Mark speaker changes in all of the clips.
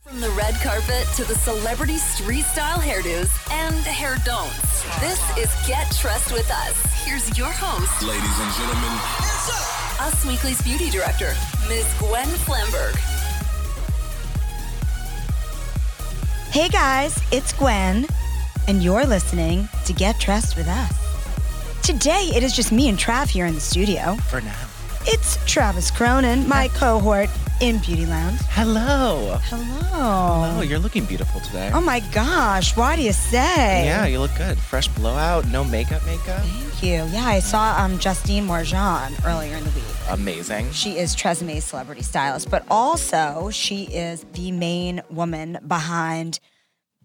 Speaker 1: From the red carpet to the celebrity street style hairdos and hair don'ts. This is Get Trust with Us. Here's your host,
Speaker 2: Ladies and gentlemen,
Speaker 1: Us Weekly's beauty director, Ms. Gwen Flamberg.
Speaker 3: Hey guys, it's Gwen, and you're listening to Get Dressed with Us. Today, it is just me and Trav here in the studio.
Speaker 4: for now.
Speaker 3: It's Travis Cronin, my cohort in Beauty Lounge.
Speaker 4: Hello. Oh,
Speaker 3: Hello.
Speaker 4: you're looking beautiful today.
Speaker 3: Oh my gosh, why do you say?
Speaker 4: Yeah, you look good. Fresh blowout, no makeup, makeup.
Speaker 3: Thank you. Yeah, I saw um, Justine Morjan earlier in the week.
Speaker 4: Amazing.
Speaker 3: She is Treseme's celebrity stylist, but also she is the main woman behind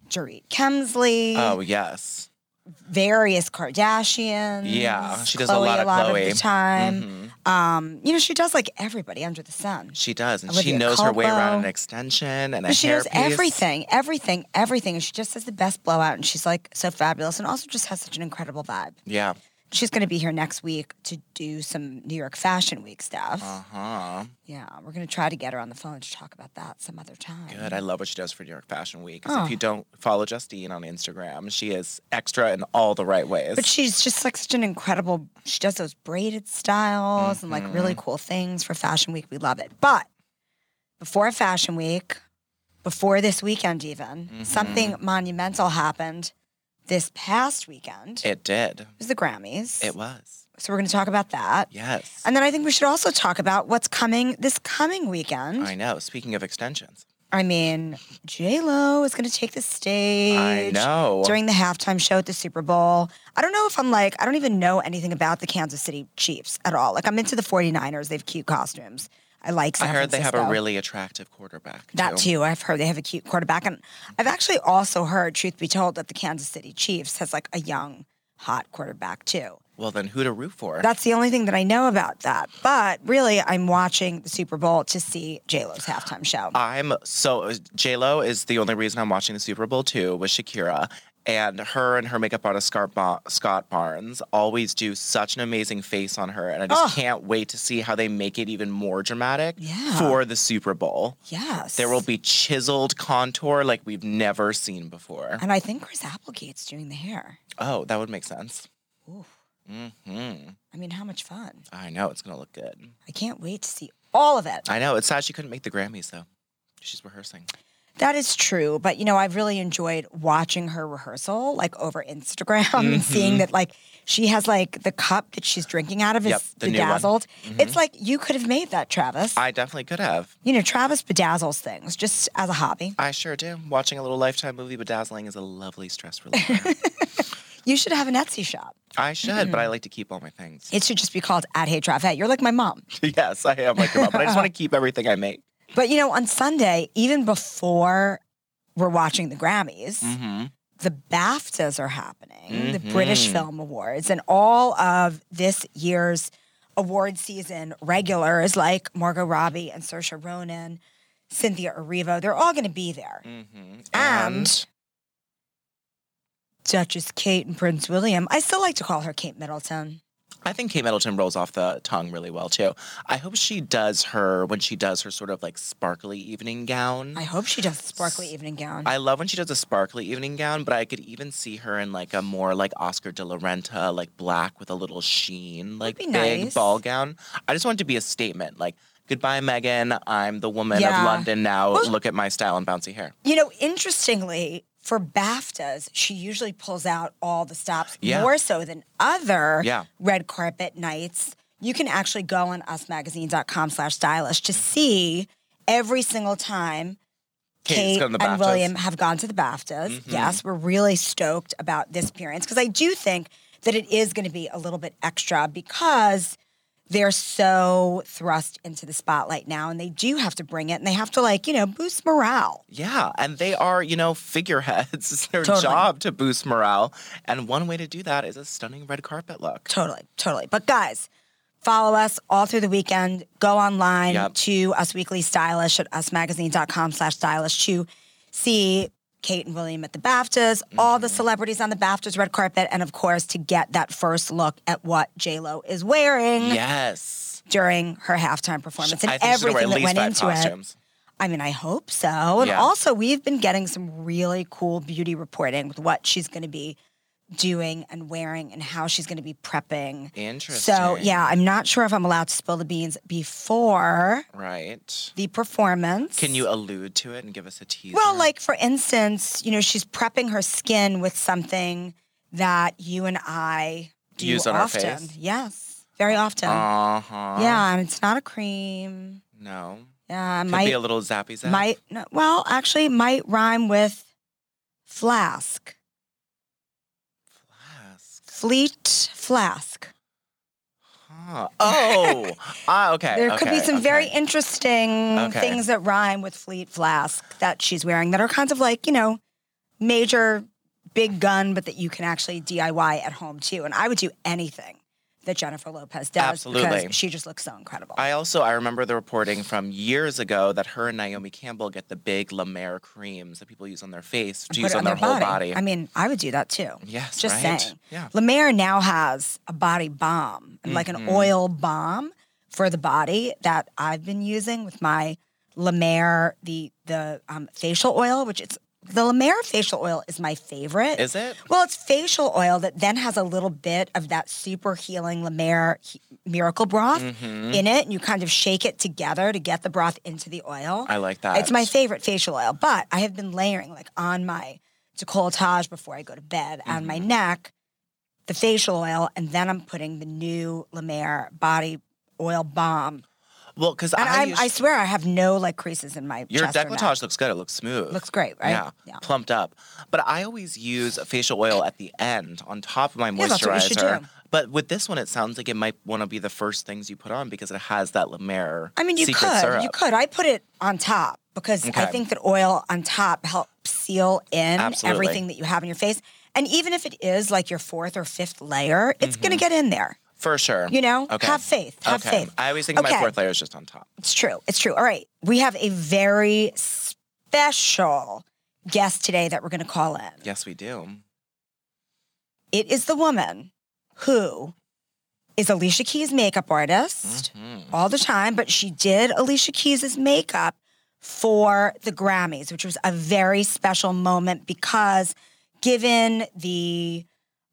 Speaker 3: Dorit Kemsley.
Speaker 4: Oh, yes.
Speaker 3: various Kardashians.
Speaker 4: Yeah, she does a
Speaker 3: Khloe
Speaker 4: lot of
Speaker 3: a lot
Speaker 4: Khloe. Mm-hmm.
Speaker 3: of the time. Um, you know, she does like everybody under the sun.
Speaker 4: She does. And she
Speaker 3: Olivia
Speaker 4: knows her way around an
Speaker 3: Culpo.
Speaker 4: extension and a
Speaker 3: But she
Speaker 4: hair
Speaker 3: knows
Speaker 4: piece.
Speaker 3: everything, everything, everything. And she just has the best blowout, and she's like so fabulous, and also just has such an incredible vibe.
Speaker 4: Yeah.
Speaker 3: She's going to be here next week to do some New York Fashion Week stuff.
Speaker 4: Uh-huh.
Speaker 3: Yeah, we're going to try to get her on the phone to talk about that some other time.
Speaker 4: Good. I love what she does for New York Fashion Week. 'Cause
Speaker 3: Oh.
Speaker 4: If you don't follow Justine on Instagram, she is extra in all the right ways.
Speaker 3: But she's just like such an incredible. She does those braided styles and like
Speaker 4: Mm-hmm.
Speaker 3: really cool things for Fashion Week. We love it. But before Fashion Week, before this weekend, even
Speaker 4: Mm-hmm.
Speaker 3: something monumental happened this past weekend. It
Speaker 4: it did.
Speaker 3: was the Grammys.
Speaker 4: It was.
Speaker 3: so we're going to talk about that.
Speaker 4: Yes.
Speaker 3: And then I think we should also talk about what's coming this coming weekend.
Speaker 4: I know. Speaking of extensions.
Speaker 3: I mean, J Lo is going to take the stage.
Speaker 4: know.
Speaker 3: During the halftime show at the Super Bowl. I don't know if I'm like, I don't even know anything about the Kansas City Chiefs at all. Like, I'm into the 49ers. They have cute costumes. I like
Speaker 4: I
Speaker 3: San
Speaker 4: heard they have a
Speaker 3: Francisco.
Speaker 4: really attractive quarterback.
Speaker 3: That too. I've heard they have a cute quarterback. And I've actually also heard, truth be told, that the Kansas City Chiefs has like a young, hot quarterback too.
Speaker 4: Well, then who to root for?
Speaker 3: That's the only thing that I know about that. But really, I'm watching the Super Bowl to see JLo's halftime show.
Speaker 4: I'm so J Lo is the only reason I'm watching the Super Bowl too with Shakira. And her and her makeup artist Scott, ba- Scott Barnes always do such an amazing face on her, and I just can't wait to see how they make it even more dramatic
Speaker 3: Yeah.
Speaker 4: for the Super Bowl.
Speaker 3: yes.
Speaker 4: There will be chiseled contour like we've never seen before.
Speaker 3: And I think Chris Applegate's doing the hair.
Speaker 4: Oh, that would make sense.
Speaker 3: Ooh.
Speaker 4: hmm
Speaker 3: I mean, how much fun.
Speaker 4: I know it's gonna look good.
Speaker 3: I can't wait to see all of it.
Speaker 4: I know it's sad she couldn't make the Grammys though. She's rehearsing.
Speaker 3: That is true. But, you know, I've really enjoyed watching her rehearsal, like over Instagram, and
Speaker 4: Mm-hmm.
Speaker 3: seeing that, like, she has, like, the cup that she's drinking out of is
Speaker 4: Yep, the new one. Mm-hmm.
Speaker 3: bedazzled. It's like, you could have made that, Travis.
Speaker 4: I definitely could have.
Speaker 3: you know, Travis bedazzles things just as a hobby.
Speaker 4: I sure do. Watching a little Lifetime movie bedazzling is a lovely stress reliever.
Speaker 3: You should have an Etsy shop.
Speaker 4: I should, but I like to keep all my things.
Speaker 3: It should just be called at Hey Trav Hey. You're like my mom.
Speaker 4: yes, I am like your mom, but I just want to keep everything I make.
Speaker 3: But, you know, on Sunday, even before we're watching the Grammys,
Speaker 4: Mm-hmm.
Speaker 3: the BAFTAs are happening, the British Film Awards, and all of this year's award season regulars like Margot Robbie and Saoirse Ronan, Cynthia Erivo, they're all going to be there.
Speaker 4: Mm-hmm.
Speaker 3: And Duchess Kate and Prince William. I still like to call her Kate Middleton.
Speaker 4: I think Kate Middleton rolls off the tongue really well too. I hope she does her when she does her sort of like sparkly evening gown.
Speaker 3: I hope she does a sparkly evening gown.
Speaker 4: I love when she does a sparkly evening gown, but I could even see her in like a more like Oscar de la Renta, like black with a little sheen, like
Speaker 3: be
Speaker 4: big
Speaker 3: nice.
Speaker 4: ball gown. I just want it to be a statement, like goodbye, Megan. I'm the woman
Speaker 3: Yeah.
Speaker 4: of London now. Look at my style and bouncy hair.
Speaker 3: you know, interestingly, for BAFTAs, she usually pulls out all the stops
Speaker 4: Yeah.
Speaker 3: more so than other
Speaker 4: Yeah.
Speaker 3: red carpet nights. You can actually go on usmagazine.com slash stylist to see every single time
Speaker 4: Kate's
Speaker 3: Kate
Speaker 4: gone to the
Speaker 3: and
Speaker 4: BAFTAs. Mm-hmm.
Speaker 3: William have gone to the BAFTAs. Yes, we're really stoked about this appearance because I do think that it is going to be a little bit extra because they're so thrust into the spotlight now and they do have to bring it and they have to like, you know, boost morale.
Speaker 4: Yeah, and they are, you know, figureheads. It's their
Speaker 3: Totally.
Speaker 4: job to boost morale. And one way to do that is a stunning red carpet look.
Speaker 3: Totally, totally. But guys, follow us all through the weekend. Go online
Speaker 4: Yep.
Speaker 3: to Us Weekly Stylish at usmagazine.com slash stylish to see Kate and William at the BAFTAs, all
Speaker 4: Mm-hmm.
Speaker 3: the celebrities on the BAFTAs red carpet, and of course to get that first look at what Lo is wearing
Speaker 4: Yes.
Speaker 3: during her halftime performance and
Speaker 4: I think she's gonna
Speaker 3: everything
Speaker 4: wear at
Speaker 3: that
Speaker 4: least
Speaker 3: went
Speaker 4: five
Speaker 3: into it.
Speaker 4: costumes.
Speaker 3: I mean, I hope so. And
Speaker 4: Yeah.
Speaker 3: also, we've been getting some really cool beauty reporting with what she's going to be doing and wearing and how she's going to be prepping.
Speaker 4: Interesting.
Speaker 3: So, yeah, I'm not sure if I'm allowed to spill the beans before
Speaker 4: Right.
Speaker 3: the performance.
Speaker 4: Can you allude to it and give us a teaser?
Speaker 3: Well, like for instance, you know, she's prepping her skin with something that you and I do
Speaker 4: Use on our
Speaker 3: often.
Speaker 4: face?
Speaker 3: Yes, very often.
Speaker 4: Uh huh.
Speaker 3: yeah, and it's not a cream.
Speaker 4: No.
Speaker 3: Yeah,
Speaker 4: Could be
Speaker 3: might
Speaker 4: a little zappy zap.
Speaker 3: might no, well actually might rhyme with flask,
Speaker 4: Flask.
Speaker 3: fleet flask.
Speaker 4: Huh. Oh. ah. Okay.
Speaker 3: There could be
Speaker 4: okay,
Speaker 3: some very
Speaker 4: okay.
Speaker 3: interesting
Speaker 4: Okay.
Speaker 3: things that rhyme with fleet flask that she's wearing that are kinds of like, you know, major big gun, but that you can actually DIY at home too. And I would do anything that Jennifer Lopez does
Speaker 4: Absolutely.
Speaker 3: because she just looks so incredible.
Speaker 4: I also I remember the reporting from years ago that her and Naomi Campbell get the big La Mer creams that people use on their face to
Speaker 3: Put
Speaker 4: use
Speaker 3: it
Speaker 4: on, their, whole body.
Speaker 3: I mean, I would do that too.
Speaker 4: yes,
Speaker 3: Just
Speaker 4: right?
Speaker 3: saying.
Speaker 4: Yeah. Mm-hmm.
Speaker 3: La Mer now has a body balm, like an oil balm for the body that I've been using with my La Mer, the the um, facial oil, which it's the La Mer facial oil is my favorite.
Speaker 4: Is it?
Speaker 3: Well, it's facial oil that then has a little bit of that super healing La Mer he- miracle broth
Speaker 4: Mm-hmm.
Speaker 3: in it, and you kind of shake it together to get the broth into the oil.
Speaker 4: I like that.
Speaker 3: It's my favorite facial oil, but I have been layering like on my decolletage before I go to bed on my
Speaker 4: Mm-hmm.
Speaker 3: neck the facial oil, and then I'm putting the new La Mer body oil balm.
Speaker 4: Well, because
Speaker 3: And
Speaker 4: I,
Speaker 3: I, am
Speaker 4: used-
Speaker 3: I swear I have no like creases in my
Speaker 4: your
Speaker 3: chest or neck.
Speaker 4: decolletage looks good. It looks smooth.
Speaker 3: Looks great, right?
Speaker 4: Yeah,
Speaker 3: Yeah.
Speaker 4: plumped up. But I always use facial oil at the end on top of my moisturizer.
Speaker 3: Yeah, that's what you should do.
Speaker 4: But with this one, it sounds like it might want to be the first things you put on because it has that La Mer.
Speaker 3: I mean, you
Speaker 4: secret
Speaker 3: could,
Speaker 4: syrup.
Speaker 3: you could. I put it on top because I
Speaker 4: Okay.
Speaker 3: think that oil on top helps seal in
Speaker 4: Absolutely.
Speaker 3: everything that you have in your face. And even if it is like your fourth or fifth layer, it's going
Speaker 4: Mm-hmm.
Speaker 3: to get in there.
Speaker 4: for sure.
Speaker 3: You know,
Speaker 4: Okay.
Speaker 3: have faith. Have
Speaker 4: okay.
Speaker 3: faith.
Speaker 4: I always think my
Speaker 3: Okay.
Speaker 4: fourth layer is just on top.
Speaker 3: It's true. It's true. All right. We have a very special guest today that we're going to call in.
Speaker 4: Yes, we do.
Speaker 3: It is the woman who is Alicia Keys' makeup artist all the time, but she did Alicia Keys' makeup for the Grammys, which was a very special moment because given the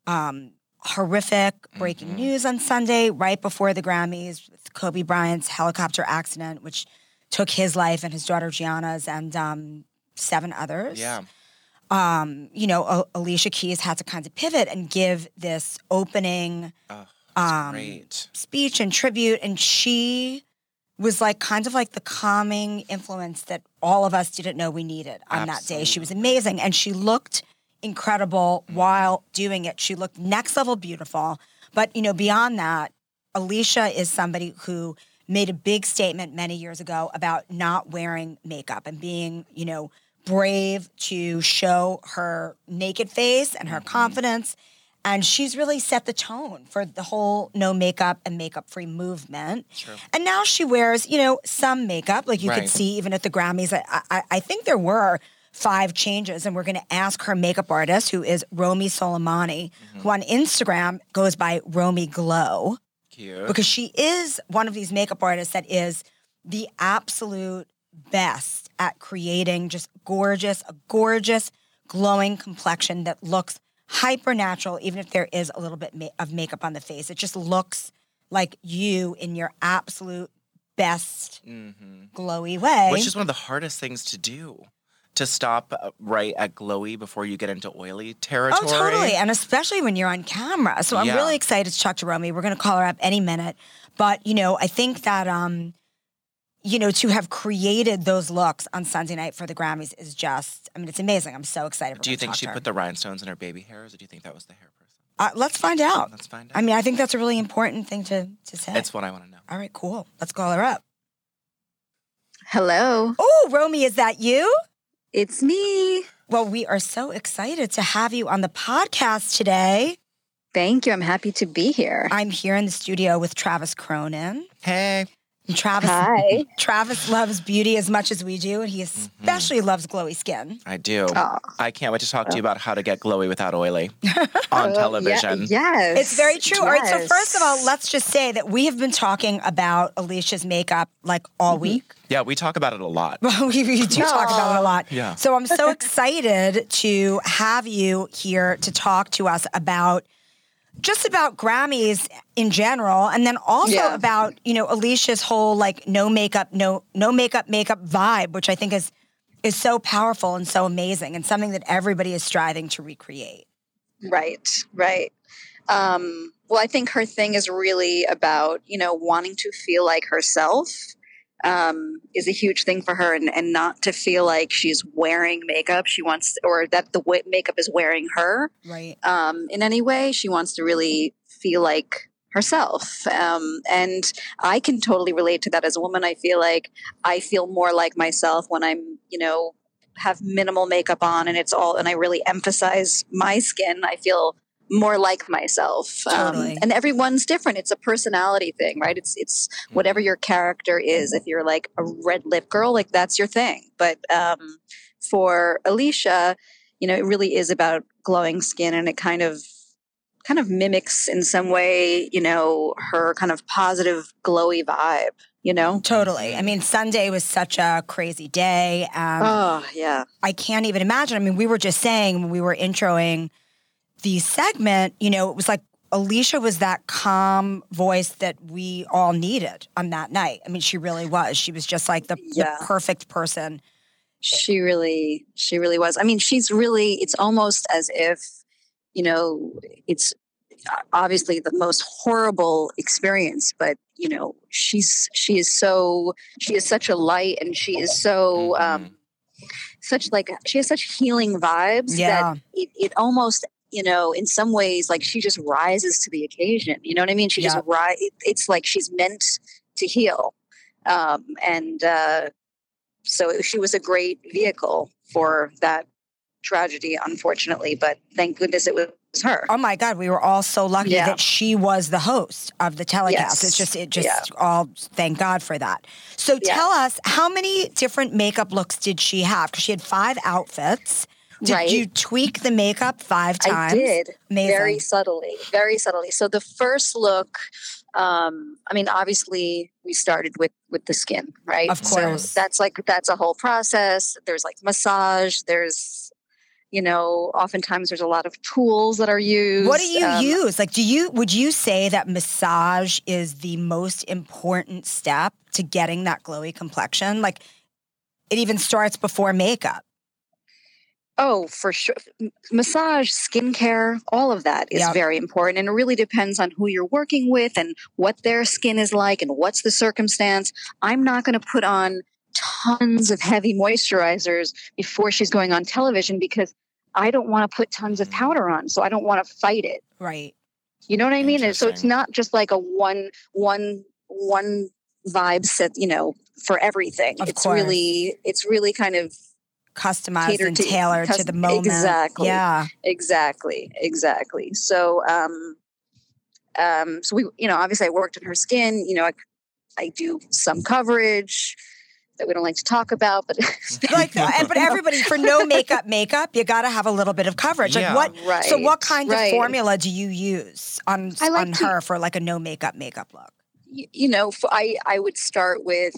Speaker 3: um, horrific breaking news on Sunday, right before the Grammys, with Kobe Bryant's helicopter accident, which took his life and his daughter Gianna's and um, seven others
Speaker 4: Yeah.
Speaker 3: um, you know, A- Alicia Keys had to kind of pivot and give this opening
Speaker 4: Oh, that's
Speaker 3: um,
Speaker 4: great.
Speaker 3: speech and tribute. And she was like kind of like the calming influence that all of us didn't know we needed on that day. She was amazing and she looked incredible while doing it. She looked next level beautiful. But, you know, beyond that, Alicia is somebody who made a big statement many years ago about not wearing makeup and being, you know, brave to show her naked face and her confidence. And she's really set the tone for the whole no makeup and makeup free movement. And now she wears, you know, some makeup. Like you could
Speaker 4: Right.
Speaker 3: see even at the Grammys, I, I, I think there were five changes. And we're going to ask her makeup artist, who is Romy Soleimani, who on Instagram goes by Romy Glow
Speaker 4: Cute.
Speaker 3: because she is one of these makeup artists that is the absolute best at creating just gorgeous, a gorgeous, glowing complexion that looks hyper natural, even if there is a little bit ma- of makeup on the face. It just looks like you in your absolute best glowy way.
Speaker 4: Mm-hmm. Which is one of the hardest things to do. To stop uh, right at glowy before you get into oily territory.
Speaker 3: Oh, totally. And especially when you're on camera. So I'm
Speaker 4: Yeah.
Speaker 3: really excited to talk to Romy. We're going to call her up any minute. But, you know, I think that, um, you know, to have created those looks on Sunday night for the Grammys is just, I mean, it's amazing. I'm so excited.
Speaker 4: Do you think she put the rhinestones in her baby hairs, or do you think that was the hair person?
Speaker 3: Uh, let's find out.
Speaker 4: Let's find out.
Speaker 3: I mean, I think that's a really important thing to, to say.
Speaker 4: That's what I want to know.
Speaker 3: All right, cool. Let's call her up.
Speaker 2: Hello,
Speaker 3: Oh, Romy, is that you?
Speaker 2: it's me.
Speaker 3: Well, we are so excited to have you on the podcast today.
Speaker 2: Thank you. I'm happy to be here.
Speaker 3: I'm here in the studio with Travis Cronin.
Speaker 4: Hey.
Speaker 3: And Travis
Speaker 2: Hi.
Speaker 3: Travis loves beauty as much as we do, and he
Speaker 2: Mm-hmm.
Speaker 3: especially loves glowy skin.
Speaker 4: I do.
Speaker 2: Oh.
Speaker 4: I can't wait to talk to you about how to get glowy without oily on
Speaker 2: Oh,
Speaker 4: television.
Speaker 2: Yeah, yes.
Speaker 3: It's very true. All right, so
Speaker 2: yes.
Speaker 3: first of all, let's just say that we have been talking about Alicia's makeup like
Speaker 2: Mm-hmm.
Speaker 3: all week.
Speaker 4: Yeah, we talk about it a lot.
Speaker 3: we, we do talk about it a lot.
Speaker 4: Yeah.
Speaker 3: So I'm so excited to have you here to talk to us about just about Grammys in general, and then also
Speaker 2: Yeah.
Speaker 3: about you know Alicia's whole like no makeup, no no makeup makeup vibe, which I think is is so powerful and so amazing, and something that everybody is striving to recreate.
Speaker 2: Right, right. Um, well, I think her thing is really about, you know, wanting to feel like herself um, is a huge thing for her and, and not to feel like she's wearing makeup. She wants, or that the wa- makeup is wearing her
Speaker 3: Right.
Speaker 2: um, in any way. She wants to really feel like herself. Um, and I can totally relate to that as a woman. I feel like I feel more like myself when I'm, you know, have minimal makeup on and it's all, and I really emphasize my skin. I feel more like myself. Um,
Speaker 3: Totally.
Speaker 2: and everyone's different. It's a personality thing, right? It's, it's whatever your character is. If you're like a red lip girl, like that's your thing. But, um, for Alicia, you know, it really is about glowing skin and it kind of kind of mimics in some way, you know, her kind of positive glowy vibe, you know?
Speaker 3: Totally. I mean, Sunday was such a crazy day. Um,
Speaker 2: Mm-hmm. Oh, yeah.
Speaker 3: I can't even imagine. I mean, we were just saying when we were introing the segment, you know, it was like Alicia was that calm voice that we all needed on that night. I mean, she really was. She was just like the,
Speaker 2: Yeah.
Speaker 3: the perfect person.
Speaker 2: She really she really was. I mean, she's really it's almost as if, you know, it's uh, obviously the most horrible experience, but you know, she's she is so she is such a light and she is so um such like she has such healing vibes that
Speaker 3: Yeah.
Speaker 2: it, it almost you know in some ways like she just rises to the occasion you know what i mean she
Speaker 3: Yeah.
Speaker 2: just ri- it, it's like she's meant to heal um, and uh, so she was a great vehicle for that tragedy unfortunately but thank goodness it was her
Speaker 3: Oh my God, we were all so lucky
Speaker 2: Yeah.
Speaker 3: that she was the host of the telecast.
Speaker 2: Yes.
Speaker 3: It's just, it just
Speaker 2: Yeah.
Speaker 3: all thank God for that. So
Speaker 2: Yeah.
Speaker 3: tell us, how many different makeup looks did she have? Because she had five outfits. Did
Speaker 2: Right.
Speaker 3: you tweak the makeup five times?
Speaker 2: i did
Speaker 3: Amazing.
Speaker 2: very subtly very subtly so the first look um i mean obviously we started with with the skin right
Speaker 3: Of
Speaker 2: So
Speaker 3: course.
Speaker 2: that's like that's a whole process there's like massage there's you know oftentimes there's a lot of tools that are used
Speaker 3: What do you
Speaker 2: um,
Speaker 3: use? Like, do you would you say that massage is the most important step to getting that glowy complexion? Like, it even starts before makeup.
Speaker 2: Oh, for sure. M- Massage, skincare, all of that is
Speaker 3: Yep.
Speaker 2: very important. And it really depends on who you're working with and what their skin is like and what's the circumstance. I'm not going to put on tons of heavy moisturizers before she's going on television because I don't want to put tons
Speaker 3: Mm.
Speaker 2: of powder on. So I don't want to fight it.
Speaker 3: Right.
Speaker 2: You know what I mean? And so it's
Speaker 4: Interesting.
Speaker 2: not just like a one, one, one vibe set, you know, for everything.
Speaker 3: Of
Speaker 2: it's
Speaker 3: course.
Speaker 2: really, it's really kind of
Speaker 3: Customized
Speaker 2: Cater
Speaker 3: and
Speaker 2: to-
Speaker 3: tailored to
Speaker 2: cus-
Speaker 3: the moment.
Speaker 2: exactly.
Speaker 3: Yeah.
Speaker 2: Exactly, exactly. So, um, um, so we, you know, obviously I worked on her skin. You know, I, I do some coverage that we don't like to talk about, but
Speaker 3: Like, and, but everybody for no makeup, makeup, you got to have a little bit of coverage.
Speaker 4: Yeah.
Speaker 3: Like, what?
Speaker 2: right.
Speaker 3: So, what kind
Speaker 2: right.
Speaker 3: of formula do you use on
Speaker 2: I like
Speaker 3: on
Speaker 2: to-
Speaker 3: her for like a no makeup makeup look?
Speaker 2: Y- You know, f- I I would start with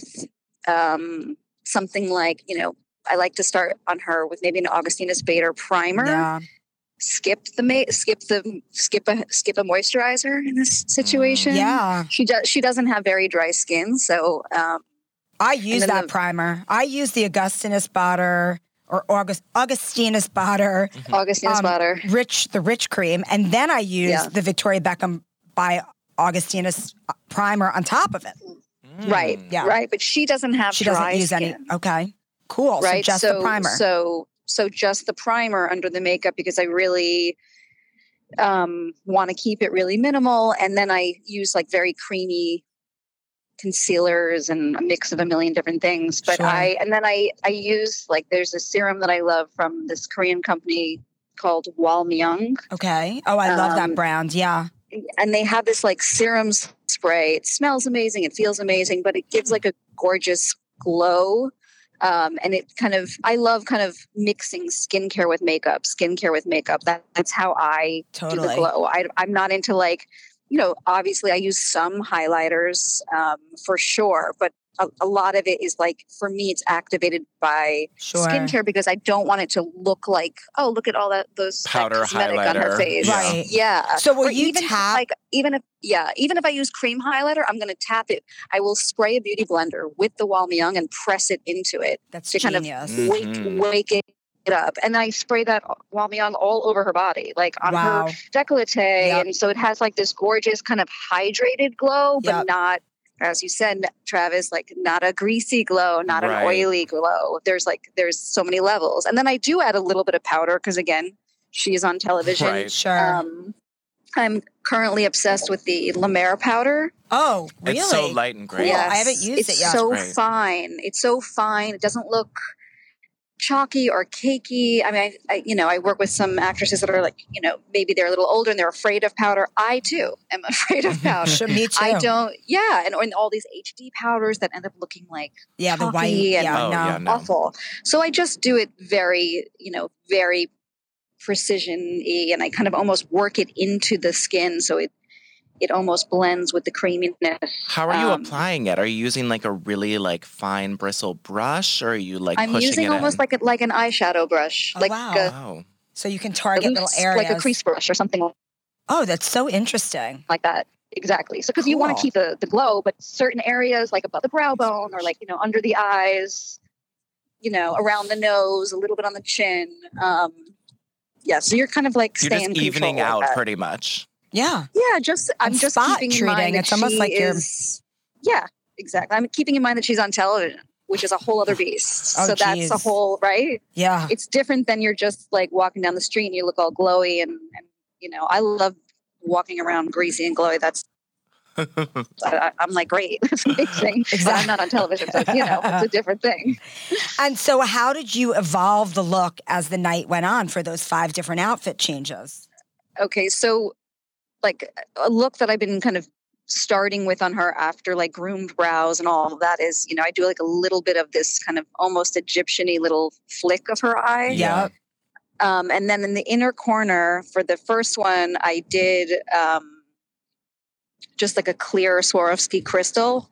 Speaker 2: um, something like you know. I like to start on her with maybe an Augustinus Bader primer.
Speaker 3: Yeah.
Speaker 2: Skip the ma- skip the skip a skip a moisturizer in this situation.
Speaker 3: Mm, Yeah.
Speaker 2: she does. She doesn't have very dry skin, so um,
Speaker 3: I use
Speaker 2: then
Speaker 3: that
Speaker 2: the-
Speaker 3: primer. I use the Augustinus Botter or August Augustinus Botter
Speaker 2: Augustinus
Speaker 3: Um,
Speaker 2: butter.
Speaker 3: rich the rich cream, and then I use
Speaker 2: Yeah.
Speaker 3: the Victoria Beckham by Augustinus primer on top of it.
Speaker 2: Right.
Speaker 4: Mm.
Speaker 3: Yeah,
Speaker 2: Right. But she doesn't have
Speaker 3: she
Speaker 2: dry
Speaker 3: doesn't use
Speaker 2: skin,
Speaker 3: any. Okay, cool.
Speaker 2: right?
Speaker 3: So just the primer.
Speaker 2: So so just the primer under the makeup because I really um want to keep it really minimal. And then I use like very creamy concealers and a mix of a million different things. But
Speaker 3: Sure.
Speaker 2: I and then I I use like there's a serum that I love from this Korean company called Walmyung.
Speaker 3: okay. Oh, I love that
Speaker 2: Um,
Speaker 3: brand. Yeah,
Speaker 2: and they have this like serum s- spray. It smells amazing. It feels amazing, but it gives like a gorgeous glow. Um, and it kind of, I love kind of mixing skincare with makeup, skincare with makeup. That, that's how I do the
Speaker 3: Totally.
Speaker 2: glow. I, I'm not into like, you know, obviously I use some highlighters um, for sure, but a, a lot of it is like, for me, it's activated by
Speaker 3: Sure.
Speaker 2: skincare because I don't want it to look like, oh, look at all that those that
Speaker 4: Powder
Speaker 2: cosmetic on her
Speaker 4: highlighter.
Speaker 2: face.
Speaker 4: Yeah.
Speaker 3: Right.
Speaker 2: Yeah.
Speaker 3: So will
Speaker 2: Or
Speaker 3: you
Speaker 2: even if,
Speaker 3: tap?
Speaker 2: like even if yeah, even if I use cream highlighter, I'm gonna tap it. I will spray a beauty blender with the Walmyung and press it into it
Speaker 3: that's
Speaker 2: to kind of
Speaker 3: genius.
Speaker 4: Mhm.
Speaker 2: wake wake it up. And then I spray that Walmyung all over her body, like on her
Speaker 3: wow.
Speaker 2: decollete
Speaker 3: Yep.
Speaker 2: and so it has like this gorgeous kind of hydrated glow but
Speaker 3: Yep.
Speaker 2: not as you said travis like not a greasy glow not
Speaker 4: Right.
Speaker 2: an oily glow there's like there's so many levels and then i do add a little bit of powder because again she is on television
Speaker 4: Right.
Speaker 3: Sure.
Speaker 2: um, i'm currently obsessed with the La Mer powder
Speaker 3: oh, really?
Speaker 4: It's so light and gray.
Speaker 3: Cool. Yeah. Oh, I haven't used
Speaker 2: it's
Speaker 3: it yet.
Speaker 2: so
Speaker 4: Right.
Speaker 2: fine it's so fine it doesn't look chalky or cakey i mean I, I you know i work with some actresses that are like you know maybe they're a little older and they're afraid of powder i too am afraid of powder
Speaker 3: Sure, me too.
Speaker 2: i don't yeah and, and all these hd powders that end up looking like
Speaker 3: Yeah, the
Speaker 2: coffee
Speaker 3: white.
Speaker 2: and-
Speaker 3: Yeah,
Speaker 4: Oh,
Speaker 3: no.
Speaker 4: yeah, no.
Speaker 2: awful so i just do it very you know very precision y and i kind of almost work it into the skin so it it almost blends with the creaminess
Speaker 4: How are you
Speaker 2: Um,
Speaker 4: applying it? Are you using like a really like fine bristle brush, or are you like
Speaker 2: I'm
Speaker 4: pushing
Speaker 2: using
Speaker 4: it
Speaker 2: almost
Speaker 4: in?
Speaker 2: like a, like an eyeshadow brush,
Speaker 3: Oh,
Speaker 2: like
Speaker 3: wow.
Speaker 2: a,
Speaker 4: Oh,
Speaker 3: So you can
Speaker 2: a
Speaker 3: target little
Speaker 2: loose-
Speaker 3: areas.
Speaker 2: like a crease brush or something
Speaker 3: Oh, that's so interesting.
Speaker 2: like that. Exactly. So because you want
Speaker 3: Cool.
Speaker 2: to keep the, the glow, but certain areas like above the brow bone or like you know under the eyes, you know around the nose, a little bit on the chin. Um, yeah, so you're kind of like
Speaker 4: you're
Speaker 2: staying
Speaker 4: just evening out
Speaker 2: Like that.
Speaker 4: pretty much.
Speaker 3: Yeah.
Speaker 2: yeah, just I'm
Speaker 3: And
Speaker 2: just
Speaker 3: spot
Speaker 2: keeping in
Speaker 3: treating.
Speaker 2: mind that
Speaker 3: It's almost
Speaker 2: she
Speaker 3: like you're-
Speaker 2: is- Yeah, exactly. I'm keeping in mind that she's on television, which is a whole other beast.
Speaker 3: Oh,
Speaker 2: so that's a
Speaker 3: geez.
Speaker 2: whole right.
Speaker 3: Yeah.
Speaker 2: it's different than you're just like walking down the street and you look all glowy and, and you know i love walking around greasy and glowy that's I, I- i'm like great that's amazing but i'm not on television so you know it's a different thing
Speaker 3: And so, how did you evolve the look as the night went on for those five different outfit changes?
Speaker 2: okay so like a look that i've been kind of starting with on her after like groomed brows and all that is you know i do like a little bit of this kind of almost egyptian-y little flick of her eye
Speaker 4: Yeah.
Speaker 2: Um, and then in the inner corner for the first one, I did um, just like a clear Swarovski crystal.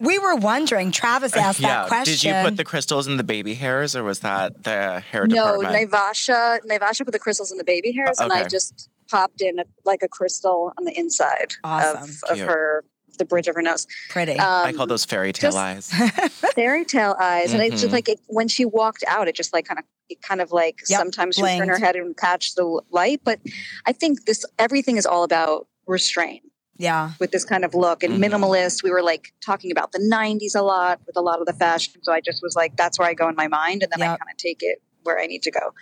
Speaker 3: We were wondering. Travis asked
Speaker 4: yeah.
Speaker 3: that question.
Speaker 4: Did you put the crystals in the baby hairs, or was that the hair
Speaker 2: No,
Speaker 4: department?
Speaker 2: Naivasha, Naivasha put the crystals in the baby hairs,
Speaker 4: Uh,
Speaker 2: and I
Speaker 4: okay.
Speaker 2: just popped in a, like a crystal on the inside
Speaker 3: Awesome.
Speaker 2: of, of
Speaker 4: Cute.
Speaker 2: her, the bridge of her nose.
Speaker 3: Pretty.
Speaker 2: Um,
Speaker 4: I call those fairy tale
Speaker 2: just-
Speaker 4: eyes.
Speaker 2: fairy tale eyes, and it's
Speaker 4: Mhm.
Speaker 2: just like it, when she walked out, it just like kind of, it kind of like
Speaker 3: Yep,
Speaker 2: sometimes she would turn her
Speaker 3: blinked.
Speaker 2: head and catch the l- light. But I think this everything is all about restraint.
Speaker 3: yeah.
Speaker 2: with this kind of look and
Speaker 4: Mhm.
Speaker 2: minimalist. We were like talking about the 90s a lot with a lot of the fashion. So I just was like, that's where I go in my mind. And then I
Speaker 3: Yep.
Speaker 2: kind of take it where I need to go.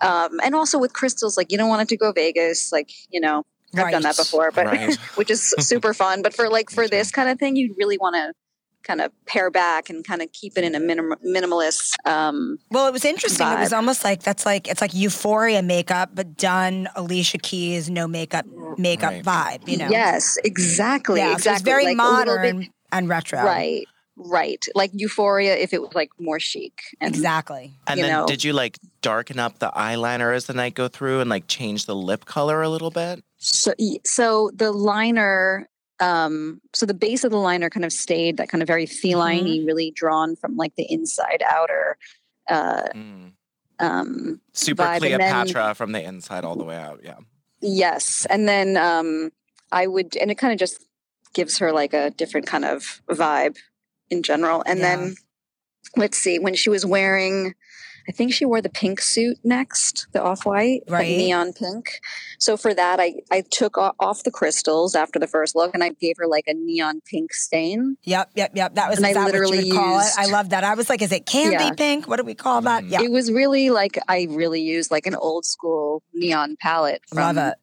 Speaker 2: Um, and also with crystals, like you don't want it to go Vegas. Like, you know, I've done that
Speaker 3: Right.
Speaker 2: before, but
Speaker 4: right.
Speaker 2: which is super fun. But for like for this kind of thing, you really want to kind of pare back and kind of keep it in a minim- minimalist. Um,
Speaker 3: Well, it was interesting. It was
Speaker 2: vibe.
Speaker 3: almost like that's like it's like euphoria makeup, but done Alicia Keys no makeup makeup
Speaker 4: Right.
Speaker 3: vibe. You know.
Speaker 2: Yes, exactly.
Speaker 3: Yeah, so
Speaker 2: exactly.
Speaker 3: It's very
Speaker 2: Like, a little bit-
Speaker 3: modern and retro.
Speaker 2: right. Right. Like euphoria if it was like more chic. And
Speaker 3: Exactly.
Speaker 4: And
Speaker 2: you
Speaker 4: then
Speaker 2: know.
Speaker 4: did you like darken up the eyeliner as the night go through and like change the lip color a little bit?
Speaker 2: So, y- so the liner, um, so the base of the liner kind of stayed that kind of
Speaker 3: Mm-hmm.
Speaker 2: very feline, really drawn from like the inside outer. Uh,
Speaker 4: Mm.
Speaker 2: um,
Speaker 4: Super
Speaker 2: Vibe, and then-
Speaker 4: Cleopatra from the inside all the way out. Yeah.
Speaker 2: yes, and then um, I would, and it kind of just gives her like a different kind of vibe in general. And
Speaker 3: Yeah.
Speaker 2: then let's see, when she was wearing. I think she wore the pink suit next, the off white,
Speaker 3: Right.
Speaker 2: neon pink. So for that, I, I took o- off the crystals after the first look and I gave her like a neon pink stain.
Speaker 3: Yep, yep, yep. That was
Speaker 2: And
Speaker 3: is
Speaker 2: I
Speaker 3: that what you
Speaker 2: literally
Speaker 3: would call
Speaker 2: used-
Speaker 3: it. I love that. I was like, is it candy
Speaker 2: Yeah.
Speaker 3: pink? What do we call that?
Speaker 4: Mhm.
Speaker 3: Yeah,
Speaker 2: It was really like I really used like an old school neon palette
Speaker 3: love
Speaker 2: from
Speaker 3: it.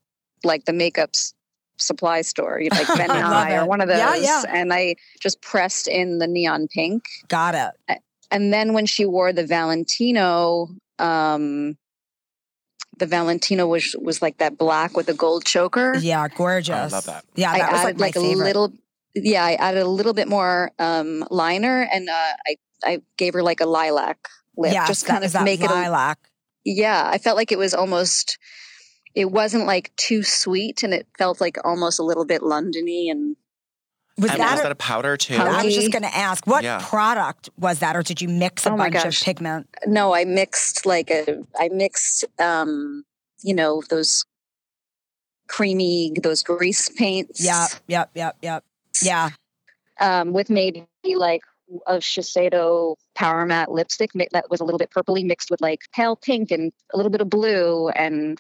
Speaker 2: like the makeup s- supply store, you know, like Ben
Speaker 3: I love
Speaker 2: Nye or
Speaker 3: it.
Speaker 2: one of those.
Speaker 3: Yeah, yeah.
Speaker 2: And I just pressed in the neon pink.
Speaker 3: Got it.
Speaker 2: And then when she wore the Valentino, um, the Valentino was was like that black with a gold choker.
Speaker 3: Yeah, gorgeous.
Speaker 4: I love that.
Speaker 3: Yeah, that
Speaker 2: I
Speaker 3: was
Speaker 2: added
Speaker 3: like my
Speaker 2: like, a
Speaker 3: favorite.
Speaker 2: little, yeah, I added a little bit more um, liner, and uh, I I gave her like a lilac lip,
Speaker 3: yeah,
Speaker 2: just kind of make it. A,
Speaker 3: lilac.
Speaker 2: yeah, I felt like it was almost. It wasn't like too sweet, and it felt like almost a little bit Londony, and
Speaker 3: was
Speaker 4: and
Speaker 3: that?
Speaker 4: was
Speaker 3: a-
Speaker 4: that a powder too?
Speaker 2: Powder.
Speaker 3: I was just gonna ask, what
Speaker 4: Yeah.
Speaker 3: product was that, or did you mix a
Speaker 2: Oh my
Speaker 3: bunch of
Speaker 2: gosh.
Speaker 3: pigment?
Speaker 2: no, I mixed like a, I mixed, um, you know, those creamy, those grease paints,
Speaker 3: Yep, yep, yep, yep. Yeah,
Speaker 2: um, with maybe like a Shiseido Power Matte lipstick mi- that was a little bit purpley mixed with like pale pink and a little bit of blue and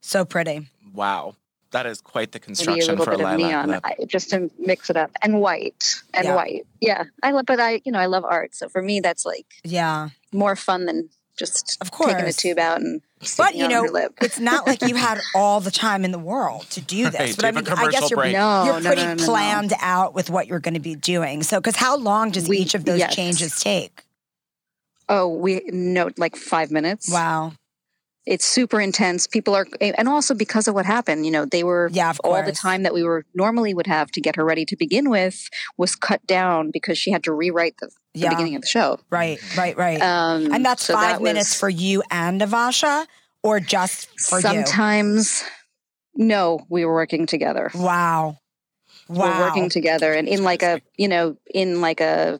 Speaker 3: so pretty.
Speaker 4: Wow. That is quite the
Speaker 2: maybe a
Speaker 4: construction
Speaker 2: little
Speaker 4: for a
Speaker 2: bit of
Speaker 4: lilac
Speaker 2: neon,
Speaker 4: lip.
Speaker 2: I, just to mix it up, and white and
Speaker 3: Yeah.
Speaker 2: white. Yeah, I love, but I, you know, I love art, so for me, that's like
Speaker 3: Yeah,
Speaker 2: more fun than just
Speaker 3: Of
Speaker 2: taking a
Speaker 3: course.
Speaker 2: tube out and.
Speaker 3: but
Speaker 2: sticking it
Speaker 3: you
Speaker 2: on
Speaker 3: know,
Speaker 2: your lip.
Speaker 3: it's not like you had all the time in the world to do this.
Speaker 4: Right,
Speaker 3: but I
Speaker 4: do
Speaker 3: mean,
Speaker 4: the
Speaker 3: I
Speaker 4: commercial
Speaker 3: guess you're
Speaker 4: break.
Speaker 2: No,
Speaker 3: you're
Speaker 2: Oh, no,
Speaker 3: pretty
Speaker 2: no, no, no.
Speaker 3: planned out with what you're going to be doing. So, because how long does
Speaker 2: We-
Speaker 3: each of those
Speaker 2: yes.
Speaker 3: changes take?
Speaker 2: Oh, we no, like five minutes.
Speaker 3: Wow.
Speaker 2: It's super intense. People are, and also because of what happened, you know, they were
Speaker 3: Yeah, of course.
Speaker 2: all the time that we were normally would have to get her ready to begin with was cut down because she had to rewrite the, the
Speaker 3: Yeah.
Speaker 2: beginning of the show.
Speaker 3: Right. Right. Right.
Speaker 2: Um,
Speaker 3: and that's
Speaker 2: so
Speaker 3: five
Speaker 2: that
Speaker 3: minutes
Speaker 2: was-
Speaker 3: for you and Avasha, or just for
Speaker 2: Sometimes, no, we were working together.
Speaker 3: you. Wow. Wow.
Speaker 2: We're working together, and in like a, you know, in like a,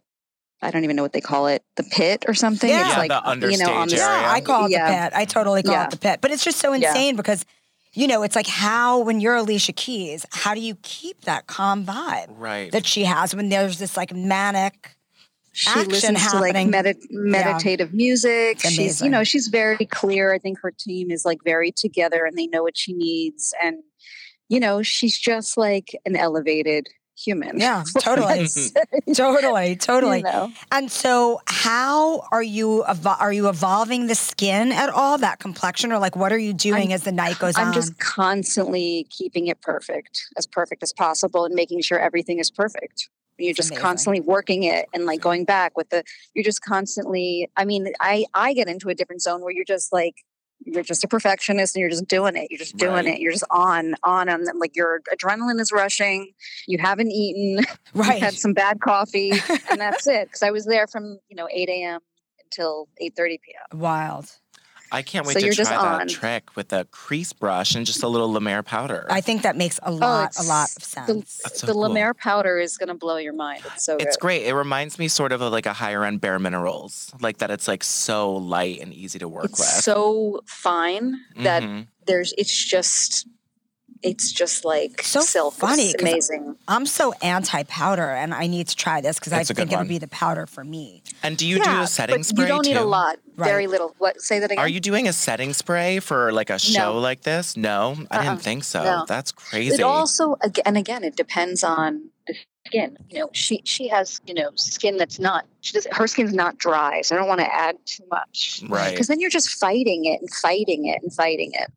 Speaker 2: I don't even know what they call it, the pit or something.
Speaker 3: Yeah.
Speaker 2: It's
Speaker 3: Yeah,
Speaker 2: like
Speaker 4: the
Speaker 2: you know, on
Speaker 4: understage
Speaker 2: the,
Speaker 4: area.
Speaker 3: Yeah, I call it
Speaker 2: Yeah.
Speaker 3: the pit. I totally call
Speaker 2: Yeah.
Speaker 3: it the pit. But it's just so
Speaker 2: Yeah.
Speaker 3: insane because, you know, it's like how when you're Alicia Keys, how do you keep that calm vibe
Speaker 4: Right.
Speaker 3: that she has when there's this like manic?
Speaker 2: she
Speaker 3: action
Speaker 2: listens to like
Speaker 3: happening.
Speaker 2: medit- meditative music.
Speaker 3: It's
Speaker 2: She's, you
Speaker 3: amazing.
Speaker 2: know, she's very clear. I think her team is like very together and they know what she needs. And, you know, she's just like an elevated human.
Speaker 3: Yeah, totally, totally, totally.
Speaker 2: You know?
Speaker 3: And so, how are you evo- are you evolving the skin at all? That complexion, or like, what are you doing as the night goes
Speaker 2: I'm
Speaker 3: on?
Speaker 2: just constantly keeping it perfect, as perfect as possible, and making sure everything is perfect. You're
Speaker 3: It's
Speaker 2: just
Speaker 3: amazing.
Speaker 2: constantly working it and like
Speaker 4: Amazing.
Speaker 2: going back with the. You're just constantly. I mean, I I get into a different zone where you're just like you're just a perfectionist and you're just doing it. You're just doing
Speaker 4: Right.
Speaker 2: it. You're just on on and then, like your adrenaline is rushing. You haven't eaten.
Speaker 3: right.
Speaker 2: You had some bad coffee, and that's it. Because I was there from you know 8 a.m. until 8:30 p.m.
Speaker 3: Wild.
Speaker 4: I can't wait
Speaker 2: So
Speaker 4: to
Speaker 2: you're
Speaker 4: try
Speaker 2: just
Speaker 4: that
Speaker 2: on.
Speaker 4: trick with a crease brush and just a little La Mer powder.
Speaker 3: I think that makes a lot, a lot
Speaker 2: Oh, it's
Speaker 3: of
Speaker 2: the-
Speaker 3: sense.
Speaker 4: That's so
Speaker 2: the
Speaker 4: cool.
Speaker 2: La Mer powder is going to blow your mind. It's so
Speaker 4: it's
Speaker 2: good.
Speaker 4: great. It reminds me sort of of like a higher end Bare Minerals, like that. It's like so light and easy to work
Speaker 2: it's
Speaker 4: with.
Speaker 2: so fine that
Speaker 4: Mhm.
Speaker 2: there's it's just it's just like
Speaker 3: So
Speaker 2: silk.
Speaker 3: funny,
Speaker 2: it's
Speaker 3: 'cause-
Speaker 2: amazing.
Speaker 3: I'm so anti powder, and I need to try this because I
Speaker 4: That's a good
Speaker 3: think it
Speaker 4: one.
Speaker 3: would be the powder for me.
Speaker 4: and do you do
Speaker 2: yeah,
Speaker 4: a setting
Speaker 2: but
Speaker 4: spray
Speaker 2: you don't need
Speaker 4: too?
Speaker 2: a lot.
Speaker 3: Right.
Speaker 2: Very little. What say that again?
Speaker 4: Are you doing a setting spray for like a show like this? No, I
Speaker 2: Uh-uh.
Speaker 4: didn't think so.
Speaker 2: No.
Speaker 4: That's crazy.
Speaker 2: it also ag- and again it depends on the skin. You know, she she has you know skin that's not she does, her skin's not dry, so I don't want to add too much.
Speaker 4: right.
Speaker 2: because then you're just fighting it and fighting it and fighting it.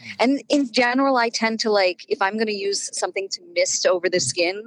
Speaker 4: Hmm.
Speaker 2: And in general, I tend to like if I'm going to use something to mist over the skin,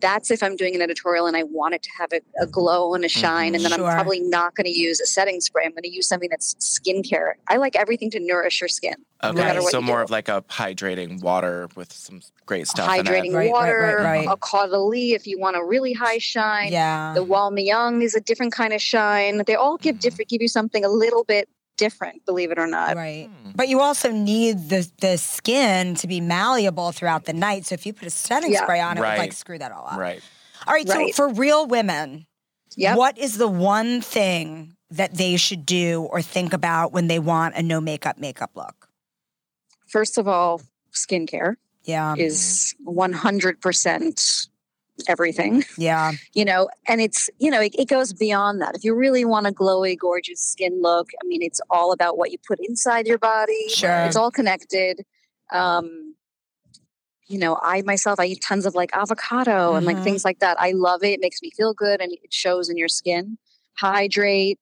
Speaker 2: that's if I'm doing an editorial and I want it to have a, a glow and a
Speaker 4: Mm-hmm.
Speaker 2: shine. And then
Speaker 3: Sure.
Speaker 2: I'm probably not going to use a setting spray. I'm going to use something that's skincare. I like everything to nourish your skin.
Speaker 4: Okay,
Speaker 3: matter
Speaker 2: what
Speaker 4: so
Speaker 2: you
Speaker 4: more
Speaker 2: do.
Speaker 4: of like a hydrating water with some great stuff
Speaker 2: Hydrating
Speaker 4: in
Speaker 3: Right,
Speaker 4: it.
Speaker 3: right,
Speaker 2: water,
Speaker 3: right, right.
Speaker 2: a caudalie if you want a really high shine.
Speaker 3: Yeah.
Speaker 2: The Walmyung is a different kind of shine. They all give
Speaker 4: Mhm.
Speaker 2: different, give you something a little bit different, believe it or not.
Speaker 3: Mm-hmm. right.
Speaker 4: Hmm.
Speaker 3: But you also need the the skin to be malleable throughout the night. So if you put a setting
Speaker 2: Yeah.
Speaker 3: spray on, it would like
Speaker 4: Right.
Speaker 3: screw that all up.
Speaker 4: Right.
Speaker 3: All right,
Speaker 2: Right.
Speaker 3: So for real women,
Speaker 2: Yep.
Speaker 3: what is the one thing that they should do or think about when they want a no makeup makeup look?
Speaker 2: First of all, skincare.
Speaker 3: Yeah.
Speaker 2: is 100% everything,
Speaker 3: Yeah.
Speaker 2: you know, and it's, you know, it, it goes beyond that. If you really want a glowy, gorgeous skin look, I mean, it's all about what you put inside your body.
Speaker 3: Sure.
Speaker 2: It's all connected. Um, you know, I myself, I eat tons of like avocado and like
Speaker 3: Mhm.
Speaker 2: things like that. I love it. It makes me feel good and it shows in your skin. Hydrate.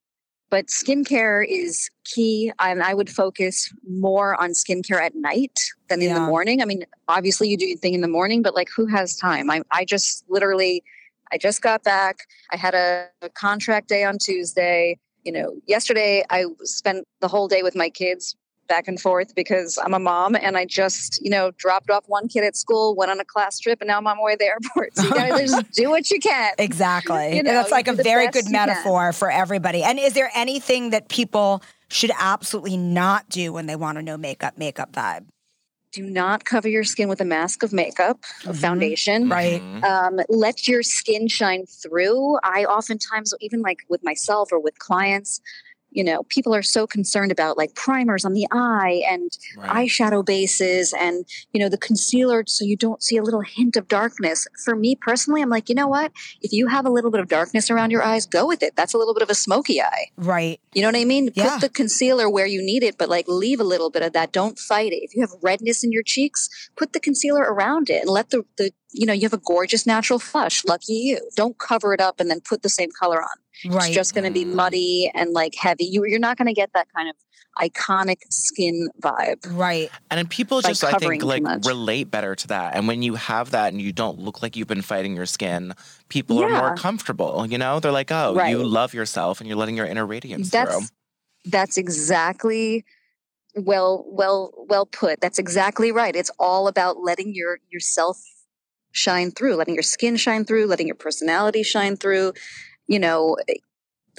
Speaker 2: But skincare is key. And I would focus more on skincare at night than in the
Speaker 3: Yeah.
Speaker 2: morning. I mean, obviously you do your thing in the morning, but like who has time? I, I just literally, I just got back. I had a, a contract day on Tuesday. You know, yesterday I spent the whole day with my kids back and forth because I'm a mom and I just, you know, dropped off one kid at school, went on a class trip, and now I'm on my way to the airport. So you gotta just do what you can.
Speaker 3: Exactly.
Speaker 2: You
Speaker 3: and
Speaker 2: know,
Speaker 3: that's like
Speaker 2: you
Speaker 3: a
Speaker 2: do the
Speaker 3: very
Speaker 2: best
Speaker 3: good
Speaker 2: you can.
Speaker 3: metaphor for everybody. And is there anything that people should absolutely not do when they want to know makeup, makeup vibe?
Speaker 2: Do not cover your skin with a mask of makeup, of foundation.
Speaker 3: Right.
Speaker 4: Mhm.
Speaker 2: um, let your skin shine through. I oftentimes, even like with myself or with clients, you know, people are so concerned about like primers on the eye and
Speaker 4: Right.
Speaker 2: eyeshadow bases and, you know, the concealer so you don't see a little hint of darkness. For me personally, I'm like, you know what? If you have a little bit of darkness around your eyes, go with it. That's a little bit of a smoky eye.
Speaker 3: Right.
Speaker 2: You know what I mean?
Speaker 3: Yeah.
Speaker 2: Put the concealer where you need it, but like leave a little bit of that. Don't fight it. If you have redness in your cheeks, put the concealer around it and let the, the you know, you have a gorgeous natural flush. Lucky you. Don't cover it up and then put the same color on.
Speaker 3: Right.
Speaker 2: It's just going to be
Speaker 4: Mm.
Speaker 2: muddy and like heavy. You, you're not going to get that kind of iconic skin vibe.
Speaker 3: right.
Speaker 4: And then people
Speaker 2: by
Speaker 4: just, I
Speaker 2: covering
Speaker 4: think,
Speaker 2: too
Speaker 4: like
Speaker 2: much.
Speaker 4: relate better to that. And when you have that and you don't look like you've been fighting your skin, people are
Speaker 2: Yeah.
Speaker 4: more comfortable. You know, they're like, oh,
Speaker 2: Right.
Speaker 4: you love yourself and you're letting your inner radiance through.
Speaker 2: That's that's exactly well well well put. That's exactly right. It's all about letting your yourself shine through, letting your skin shine through, letting your personality shine through. You know, eh,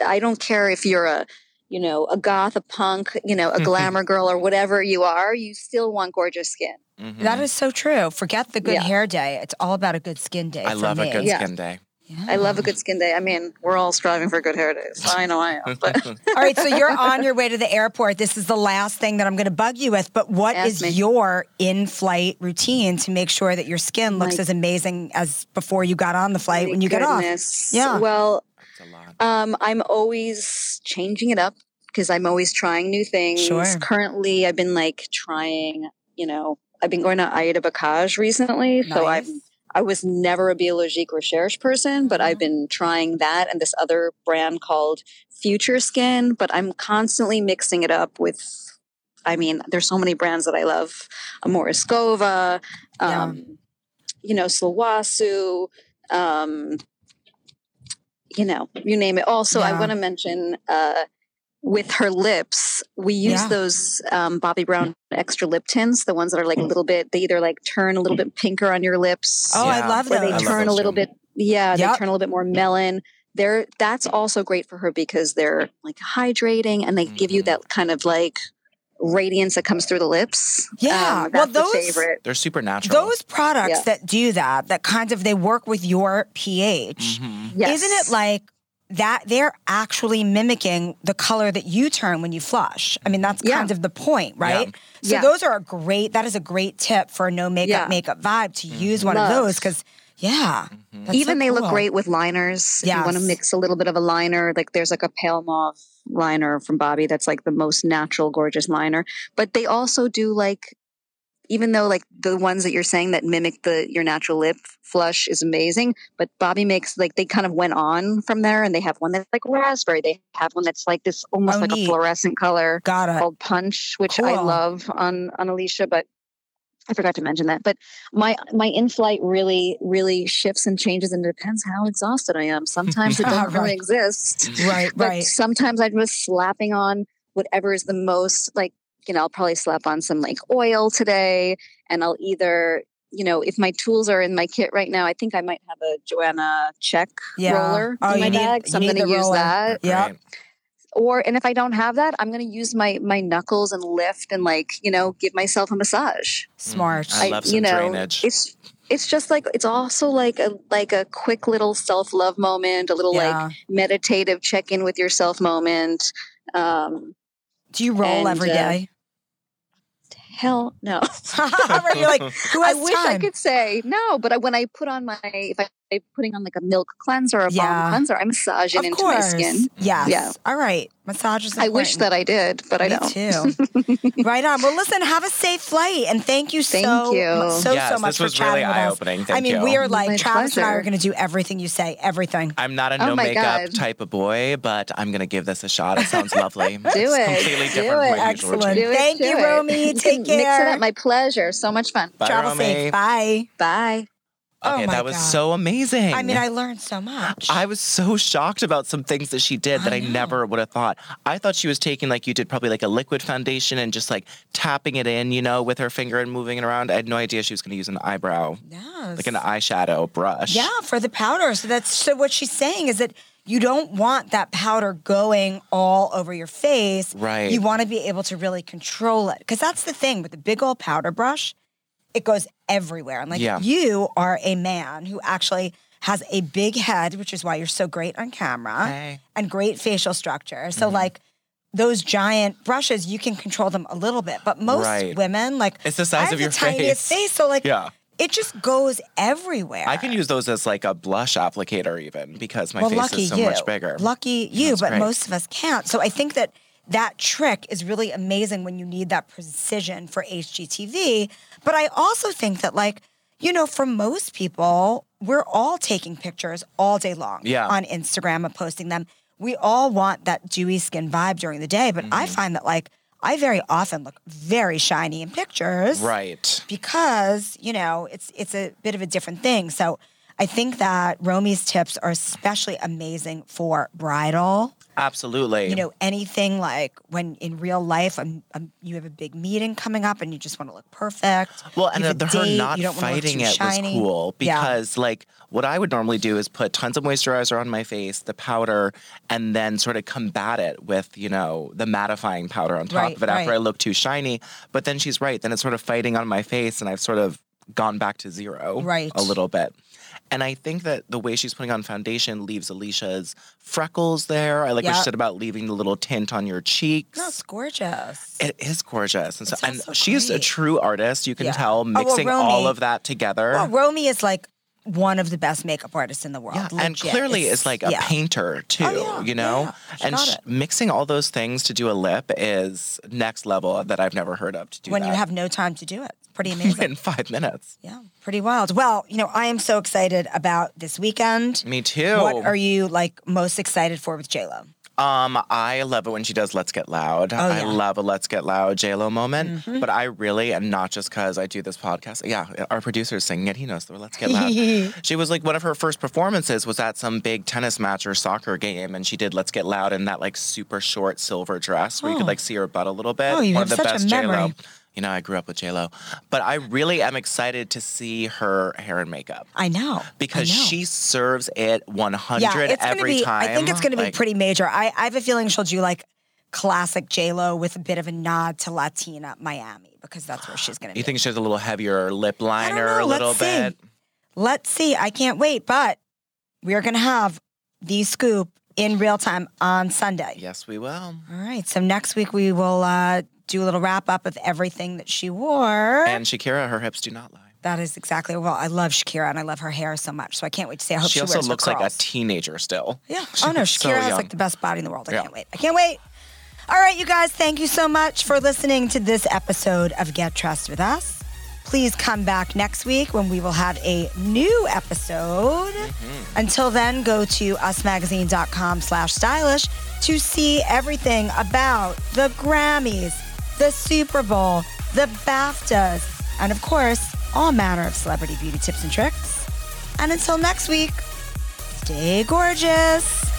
Speaker 2: I don't care if you're a you know a goth, a punk, you know a glamour girl or whatever you are. You still want gorgeous skin.
Speaker 4: Mhm.
Speaker 3: That is so true. Forget the good
Speaker 2: Yeah.
Speaker 3: hair day. It's all about a good skin day.
Speaker 4: I
Speaker 3: for
Speaker 4: love
Speaker 3: me.
Speaker 4: a good
Speaker 2: Yeah.
Speaker 4: skin day.
Speaker 3: Yeah.
Speaker 2: I love a good skin day. I mean, we're all striving for good hair days. I know I am, but
Speaker 3: All right, so you're on your way to the airport. This is the last thing that I'm going to bug you with, but what
Speaker 2: Ask
Speaker 3: is
Speaker 2: me.
Speaker 3: your in-flight routine to make sure that your skin looks
Speaker 2: My-
Speaker 3: as amazing as before you got on the flight when you get off?
Speaker 2: goodness.
Speaker 3: Yeah.
Speaker 2: Well,
Speaker 4: It's a lot.
Speaker 2: Um, I'm always changing it up because I'm always trying new things.
Speaker 3: Sure.
Speaker 2: Currently, I've been like trying, you know, I've been going to Aida Bacage recently. So
Speaker 3: Nice. Mm-hmm.
Speaker 2: I've, I was never a Biologique Recherche person, but I've been trying that and this other brand called Future Skin, but I'm constantly mixing it up with, I mean, there's so many brands that I love. Amoriskova,
Speaker 3: Yeah.
Speaker 2: um, you know, Slawasu, um, you know, you name it. Also,
Speaker 3: Yeah.
Speaker 2: I want to mention uh, with her lips, we use
Speaker 3: Yeah.
Speaker 2: those um, Bobby Brown extra lip tints, the ones that are like a little bit, they either like turn a little bit pinker on your lips,
Speaker 3: Mm. Oh, I
Speaker 4: Yeah.
Speaker 3: love
Speaker 2: or
Speaker 3: those.
Speaker 2: they
Speaker 4: I love
Speaker 2: turn a
Speaker 4: those
Speaker 2: little
Speaker 4: too.
Speaker 2: bit, yeah,
Speaker 3: Yep.
Speaker 2: they turn a little bit more melon. They're, that's also great for her because they're like hydrating and they give you
Speaker 4: Mhm.
Speaker 3: Mm-hmm.
Speaker 2: that kind of like radiance that comes through the lips.
Speaker 3: Yeah.
Speaker 2: Um,
Speaker 3: Well,
Speaker 2: that's
Speaker 3: those-
Speaker 2: a favorite.
Speaker 4: They're supernatural.
Speaker 3: Those products
Speaker 2: Yeah.
Speaker 3: that do that, that kind of they work with your pH.
Speaker 4: Mhm.
Speaker 2: Yes.
Speaker 3: Isn't it like that they're actually mimicking the color that you turn when you flush? I mean, that's
Speaker 2: Yeah.
Speaker 3: kind of the point, right? So
Speaker 2: Yeah.
Speaker 3: those are a great that is a great tip for a no makeup
Speaker 2: Yeah.
Speaker 3: makeup vibe to use one of
Speaker 2: Love.
Speaker 3: those because yeah.
Speaker 4: Mm-hmm.
Speaker 3: that's so
Speaker 2: Even they
Speaker 3: cool.
Speaker 2: look great with liners. If you want to
Speaker 3: Yes.
Speaker 2: mix a little bit of a liner, like there's like a pale mauve liner from Bobby that's like the most natural, gorgeous liner. But they also do like, even though like the ones that you're saying that mimic the your natural lip flush is amazing, but Bobby makes like they kind of went on from there, and they have one that's like raspberry. They have one that's like this almost
Speaker 3: Oh,
Speaker 2: like
Speaker 3: neat.
Speaker 2: a fluorescent color
Speaker 3: Got it.
Speaker 2: called Punch, which I
Speaker 3: Cool.
Speaker 2: love on on Alicia, but I forgot to mention that. But my my in flight really really shifts and changes, and depends how exhausted I am. Sometimes it doesn't
Speaker 3: Right.
Speaker 2: really exist,
Speaker 3: Right,
Speaker 2: but
Speaker 3: right.
Speaker 2: sometimes I'm just slapping on whatever is the most like you know I'll probably slap on some like oil today, and I'll either you know if my tools are in my kit right now, I think I might have a Joanna check
Speaker 3: Yeah.
Speaker 2: roller
Speaker 3: Oh,
Speaker 2: in my
Speaker 3: you need-
Speaker 2: bag,
Speaker 3: you
Speaker 2: so I'm
Speaker 3: need
Speaker 2: going to
Speaker 3: the
Speaker 2: use
Speaker 3: roller.
Speaker 2: that
Speaker 3: Yeah.
Speaker 4: Right.
Speaker 2: or and if I don't have that, I'm gonna use my my knuckles and lift and like you know give myself a massage.
Speaker 3: Smart.
Speaker 4: I love
Speaker 2: you
Speaker 4: some
Speaker 2: know,
Speaker 4: drainage.
Speaker 2: It's it's just like it's also like a like a quick little self love moment, a little
Speaker 3: yeah.
Speaker 2: like meditative check in with yourself moment. Um,
Speaker 3: do you roll
Speaker 2: and,
Speaker 3: every
Speaker 2: uh,
Speaker 3: day?
Speaker 2: hell no.
Speaker 3: Where you're like, who
Speaker 2: I
Speaker 3: has
Speaker 2: wish I
Speaker 3: time?
Speaker 2: could say no, but I, when I put on my if I am putting on like a milk cleanser or a
Speaker 3: Yeah.
Speaker 2: balm cleanser, I'm massaging
Speaker 3: of
Speaker 2: into
Speaker 3: course.
Speaker 2: my skin.
Speaker 3: Yes.
Speaker 2: Yeah.
Speaker 3: All right. Massage is
Speaker 2: I wish
Speaker 3: important.
Speaker 2: that I did, but I
Speaker 3: Me
Speaker 2: don't.
Speaker 3: too. right on. Well, listen, have a safe flight and thank you
Speaker 2: Thank
Speaker 3: so
Speaker 2: you.
Speaker 3: mu- so
Speaker 4: yes,
Speaker 3: so much
Speaker 4: this
Speaker 3: for
Speaker 4: was
Speaker 3: chatting
Speaker 4: really
Speaker 3: with
Speaker 4: eye
Speaker 3: us.
Speaker 4: opening. Thank
Speaker 3: I mean,
Speaker 4: you.
Speaker 3: we are like
Speaker 2: My
Speaker 3: Travis and I are
Speaker 2: pleasure.
Speaker 3: going to do everything you say, everything.
Speaker 4: I'm not a
Speaker 2: Oh
Speaker 4: no
Speaker 2: my
Speaker 4: makeup
Speaker 2: God.
Speaker 4: type of boy, but I'm gonna give this a shot. It sounds lovely. Do
Speaker 2: it.
Speaker 4: Completely different
Speaker 2: Do
Speaker 4: from
Speaker 2: it.
Speaker 4: my
Speaker 3: Excellent.
Speaker 4: usual routine.
Speaker 2: Do it,
Speaker 3: Thank
Speaker 2: do
Speaker 3: you,
Speaker 2: it.
Speaker 3: Romy.
Speaker 2: You
Speaker 3: Take
Speaker 2: can Mix it
Speaker 3: care.
Speaker 2: up. My pleasure. So much fun.
Speaker 4: Bye,
Speaker 3: Travel
Speaker 4: Romy.
Speaker 3: safe. Bye.
Speaker 2: Bye.
Speaker 3: Oh
Speaker 4: Okay,
Speaker 3: my
Speaker 4: that was
Speaker 3: God.
Speaker 4: so amazing.
Speaker 3: I mean, I learned so much.
Speaker 4: I was so shocked about some things that she did that
Speaker 3: I
Speaker 4: I,
Speaker 3: know.
Speaker 4: never would have thought. I thought she was taking like you did probably like a liquid foundation and just like tapping it in, you know, with her finger and moving it around. I had no idea she was going to use an eyebrow,
Speaker 3: yes.
Speaker 4: like an eyeshadow brush.
Speaker 3: Yeah, for the powder. So that's so what she's saying is that you don't want that powder going all over your face.
Speaker 4: Right.
Speaker 3: You want to be able to really control it. Because that's the thing with the big old powder brush, it goes everywhere. And like
Speaker 4: Yeah.
Speaker 3: you are a man who actually has a big head, which is why you're so great on camera
Speaker 4: Hey.
Speaker 3: and great facial structure.
Speaker 4: Mm-hmm.
Speaker 3: So like those giant brushes, you can control them a little bit. But most
Speaker 4: Right.
Speaker 3: women, like
Speaker 4: It's the
Speaker 3: I
Speaker 4: size
Speaker 3: have
Speaker 4: of your
Speaker 3: tiniest
Speaker 4: face.
Speaker 3: So like
Speaker 4: Yeah.
Speaker 3: it just goes everywhere.
Speaker 4: I can use those as like a blush applicator even because my
Speaker 3: well,
Speaker 4: face
Speaker 3: lucky
Speaker 4: is so
Speaker 3: you.
Speaker 4: much bigger.
Speaker 3: Lucky you, but
Speaker 4: great.
Speaker 3: most of us can't. So I think that that trick is really amazing when you need that precision for HGTV. But I also think that, like, you know, for most people, we're all taking pictures all day long
Speaker 4: Yeah.
Speaker 3: on Instagram and posting them. We all want that dewy skin vibe during the day, but
Speaker 4: Mm-hmm.
Speaker 3: I find that, like, I very often look very shiny in pictures
Speaker 4: Right.
Speaker 3: because you know it's it's a bit of a different thing. So I think that Romy's tips are especially amazing for bridal.
Speaker 4: Absolutely.
Speaker 3: You know, anything like when in real life um um you have a big meeting coming up and you just want to look perfect.
Speaker 4: Well,
Speaker 3: You
Speaker 4: and uh,
Speaker 3: have
Speaker 4: the,
Speaker 3: a
Speaker 4: her
Speaker 3: date,
Speaker 4: not
Speaker 3: you don't wanna look
Speaker 4: fighting
Speaker 3: too
Speaker 4: it
Speaker 3: shiny.
Speaker 4: was cool
Speaker 3: Yeah.
Speaker 4: because, like, what I would normally do is put tons of moisturizer on my face, the powder, and then sort of combat it with, you know, the mattifying powder on top
Speaker 3: Right,
Speaker 4: of it after
Speaker 3: right.
Speaker 4: I look too shiny. But then she's right. Then it's sort of fighting on my face, and I've sort of gone back to zero
Speaker 3: Right.
Speaker 4: a little bit. And I think that the way she's putting on foundation leaves Alicia's freckles there. I like what
Speaker 3: Yeah.
Speaker 4: she said about leaving the little tint on your cheeks.
Speaker 3: No, it's gorgeous.
Speaker 4: It is gorgeous, and, so,
Speaker 3: It
Speaker 4: and
Speaker 3: sounds so
Speaker 4: she's a
Speaker 3: great.
Speaker 4: true artist. You can
Speaker 3: Yeah.
Speaker 4: tell
Speaker 3: Oh, well,
Speaker 4: mixing all
Speaker 3: Romy-
Speaker 4: of that together.
Speaker 3: Well, Romy is like one of the best makeup artists in the world.
Speaker 4: yeah, and
Speaker 3: Legit.
Speaker 4: clearly
Speaker 3: It's-
Speaker 4: is like a
Speaker 3: yeah. Oh,
Speaker 4: painter too.
Speaker 3: yeah,
Speaker 4: you know,
Speaker 3: yeah, she
Speaker 4: and
Speaker 3: got
Speaker 4: sh-
Speaker 3: it.
Speaker 4: mixing all those things to do a lip is next level that I've never heard of. To do
Speaker 3: When
Speaker 4: that
Speaker 3: you have no time to do it, it's pretty amazing.
Speaker 4: in five minutes.
Speaker 3: Yeah, pretty wild. Well, you know, I am so excited about this weekend.
Speaker 4: Me too.
Speaker 3: What are you like most excited for with J Lo?
Speaker 4: Um, I love it when she does "Let's Get Loud." I
Speaker 3: Oh, yeah. Mm-hmm.
Speaker 4: love a "Let's Get Loud" J Lo moment. But I really, and not just because I do this podcast. Yeah, our producer's singing it. He knows the "Let's Get Loud." she was like one of her first performances was at some big tennis match or soccer game, and she did "Let's Get Loud" in that like super short silver dress where you could like see her butt a little bit.
Speaker 3: Oh, you
Speaker 4: One
Speaker 3: have
Speaker 4: of the
Speaker 3: such a
Speaker 4: best J-Lo.
Speaker 3: memory.
Speaker 4: You know, I grew up with J Lo, but I really am excited to see her hair and makeup
Speaker 3: I know
Speaker 4: because
Speaker 3: I know.
Speaker 4: she serves it 100
Speaker 3: yeah, it's gonna
Speaker 4: every
Speaker 3: be.
Speaker 4: time.
Speaker 3: I think it's gonna
Speaker 4: Like,
Speaker 3: be pretty major. I, I have a feeling she'll do like classic J Lo with a bit of a nod to Latina Miami because that's where she's gonna.
Speaker 4: You
Speaker 3: be.
Speaker 4: think she has a little heavier lip liner,
Speaker 3: know.
Speaker 4: a little
Speaker 3: Let's see.
Speaker 4: bit?
Speaker 3: Let's see. I can't wait, but we are gonna have the scoop in real time on Sunday.
Speaker 4: Yes, we will.
Speaker 3: All right. So next week we will uh, do a little wrap up of everything that she wore.
Speaker 4: And Shakira, her hips do not lie.
Speaker 3: That is exactly well. I love Shakira and I love her hair so much. So I can't wait to see. I hope she,
Speaker 4: she also
Speaker 3: wears her
Speaker 4: looks like a
Speaker 3: curls.
Speaker 4: teenager still.
Speaker 3: yeah. Oh no,
Speaker 4: looks so
Speaker 3: Shakira has
Speaker 4: young.
Speaker 3: like the best body in the world. I
Speaker 4: Yeah.
Speaker 3: can't wait. I can't wait. All right, you guys. Thank you so much for listening to this episode of Get Dressed with Us. Please come back next week when we will have a new episode. Until then, go to usmagazine.com slash stylish to see everything about the Grammys, the Super Bowl, the BAFTAs, and of course, all manner of celebrity beauty tips and tricks. And until next week, stay gorgeous.